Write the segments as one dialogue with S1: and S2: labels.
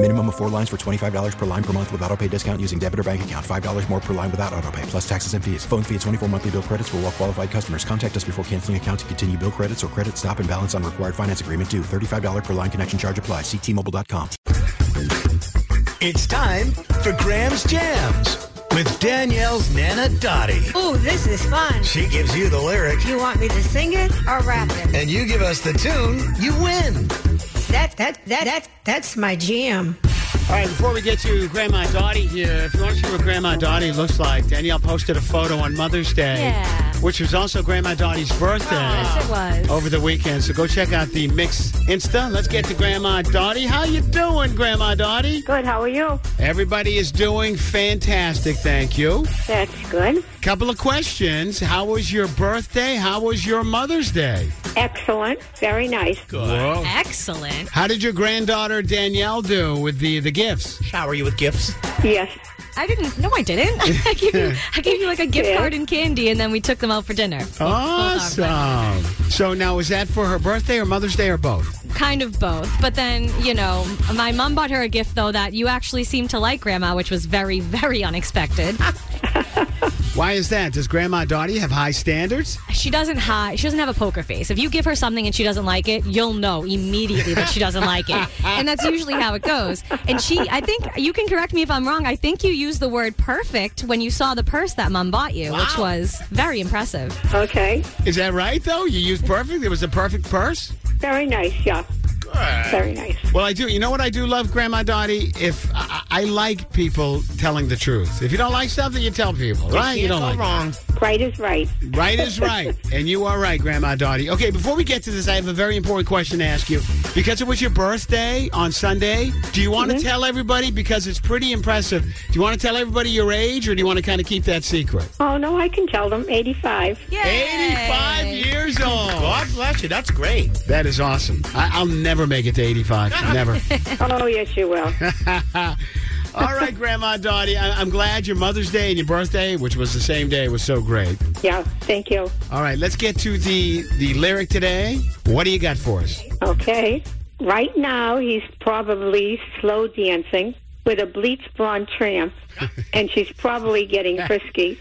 S1: Minimum of four lines for $25 per line per month with auto pay discount using debit or bank account. $5 more per line without auto pay, plus taxes and fees. Phone fee at 24 monthly bill credits for all well qualified customers. Contact us before canceling account to continue bill credits or credit stop and balance on required finance agreement due. $35 per line connection charge applies. Ctmobile.com.
S2: It's time for Graham's Jams with Danielle's Nana Dottie.
S3: Ooh, this is fun.
S2: She gives you the lyric,
S3: You want me to sing it or rap it?
S2: and you give us the tune, you win.
S3: That that that that that's my jam.
S4: All right, before we get to Grandma Dottie here, if you want to see what Grandma Dottie looks like, Danielle posted a photo on Mother's Day,
S5: Yeah.
S4: which was also Grandma Dottie's birthday
S5: Yes, it was.
S4: over the weekend. So go check out the Mix Insta. Let's get to Grandma Dottie. How you doing, Grandma Dottie?
S6: Good, how are you?
S4: Everybody is doing fantastic, thank you.
S6: That's good.
S4: Couple of questions. How was your birthday? How was your Mother's Day?
S6: Excellent. Very nice.
S4: Whoa.
S5: Excellent.
S4: How did your granddaughter Danielle do with the, the gifts?
S2: Shower you with gifts.
S6: Yes.
S5: I didn't. No, I didn't. I gave you. I gave you like a gift
S6: Yeah.
S5: card and candy, and then we took them out for dinner.
S4: Awesome. So now is that for her birthday or Mother's Day or both?
S5: Kind of both. But then, you know, my mom bought her a gift though that you actually seemed to like, Grandma, which was very, very unexpected.
S4: Why is that? Does Grandma Dottie have high standards?
S5: she doesn't hide. She doesn't have a poker face. If you give her something and she doesn't like it, you'll know immediately that she doesn't like it, and that's usually how it goes. And she, I think, you can correct me if I'm wrong. I think you used the word "perfect" when you saw the purse that mom bought you, which was very impressive.
S6: Okay.
S4: Is that right though? You used perfect. It was a perfect purse.
S6: Very nice, yeah. Very nice.
S4: Well, I do. You know what I do love, Grandma Dottie? If I, I like people telling the truth. If you don't like something, you tell people, right? You,
S2: can't
S4: don't
S2: go
S4: like
S2: wrong.
S6: Right is right.
S4: Right is right, and you are right, Grandma Dottie. Okay, before we get to this, I have a very important question to ask you. Because it was your birthday on Sunday, do you want
S6: Mm-hmm.
S4: to tell everybody? Because it's pretty impressive. Do you want to tell everybody your age, or do you want to kind of keep that secret?
S6: Oh, no, I can tell them. 85.
S5: Yay!
S4: 85 years old.
S2: God bless you. That's great.
S4: That is awesome. I, I'll never make it to 85. Never.
S6: Oh, yes, you will.
S4: All right, Grandma Dottie, I, I'm glad your Mother's Day and your birthday, which was the same day, was so great.
S6: Yeah, thank you.
S4: All right, let's get to the the lyric today. What do you got for us?
S6: Okay. Right now, he's probably slow dancing with a bleached blonde tramp, and she's probably getting frisky.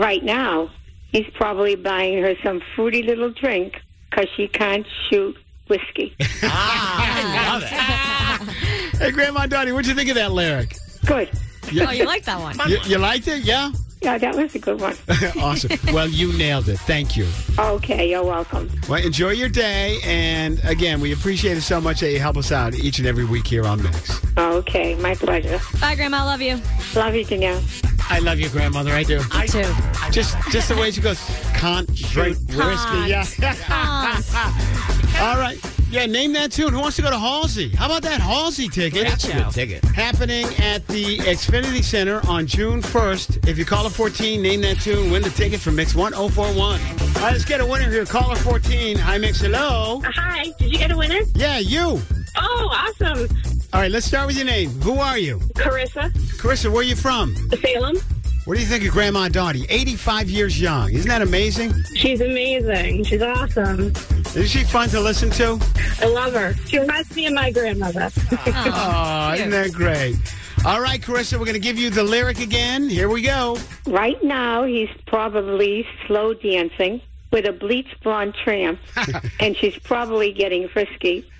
S6: Right now, he's probably buying her some fruity little drink because she can't shoot whiskey.
S4: Ah, Hey, Grandma Dottie, what'd you think of that lyric?
S6: Good.
S5: Oh, you like that one?
S4: You, you liked it? Yeah?
S6: Yeah, that was a good one.
S4: awesome. Well, you nailed it. Thank you.
S6: Okay, you're welcome.
S4: Well, enjoy your day. And again, we appreciate it so much that you help us out each and every week here on Mix.
S6: Okay, my pleasure.
S5: Bye, Grandma. Love you.
S6: Love you, Danielle.
S4: I love you, grandmother. I do.
S5: I too.
S4: Just just the way she goes, can't drink whiskey. Yeah. All right. Yeah, name that tune. Who wants to go to Halsey? How about that Halsey ticket?
S2: That's a good ticket.
S4: happening at the Xfinity Center on June 1st. If you call a 14, name that tune, win the ticket for Mix 1041. All right, let's get a winner here. Caller 14. Hi, Mix. Hello.
S6: Hi, did you get a winner?
S4: Yeah, you.
S6: Oh, awesome.
S4: All right, let's start with your name. Who are you?
S6: Carissa,
S4: Carissa, where are you from?
S6: Salem.
S4: What do you think of Grandma Dottie? 85 years young. Isn't that amazing?
S6: She's amazing. She's awesome.
S4: Isn't she fun to listen to?
S6: I love her. She reminds me of my grandmother.
S4: Oh, isn't that great? All right, Carissa, we're going to give you the lyric again. Here we go.
S6: Right now, he's probably slow dancing with a bleached blonde tramp, and she's probably getting frisky.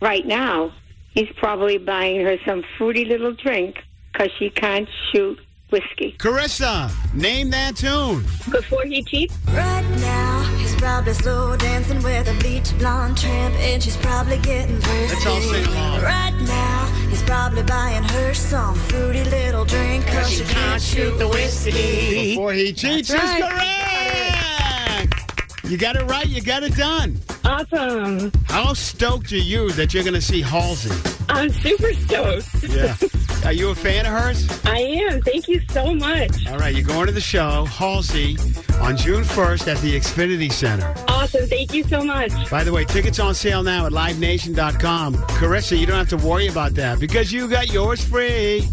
S6: Right now, he's probably buying her some fruity little drink because she can't shoot whiskey.
S4: Carissa, name that tune.
S6: Before he cheats?
S3: Right now, he's probably slow dancing with a bleach blonde tramp, and she's probably getting thirsty.
S4: Let's all sing along.
S3: Right now, probably buying her some fruity little drink. Cause she can't shoot the whiskey.
S4: Before he cheats,
S3: That's
S4: he's
S3: right.
S4: correct. You got it right. You got it done. Awesome. How stoked are you that you're going to see Halsey?
S7: I'm super stoked.
S4: Yeah. Are you a fan of hers?
S7: I am. Thank you so much.
S4: All right, you're going to the show, Halsey, on June 1st at the Xfinity Center.
S7: Awesome. Thank you so much.
S4: By the way, tickets on sale now at livenation.com. Carissa, you don't have to worry about that because you got yours free.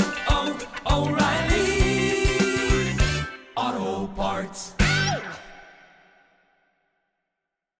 S8: oh, oh, O'Reilly.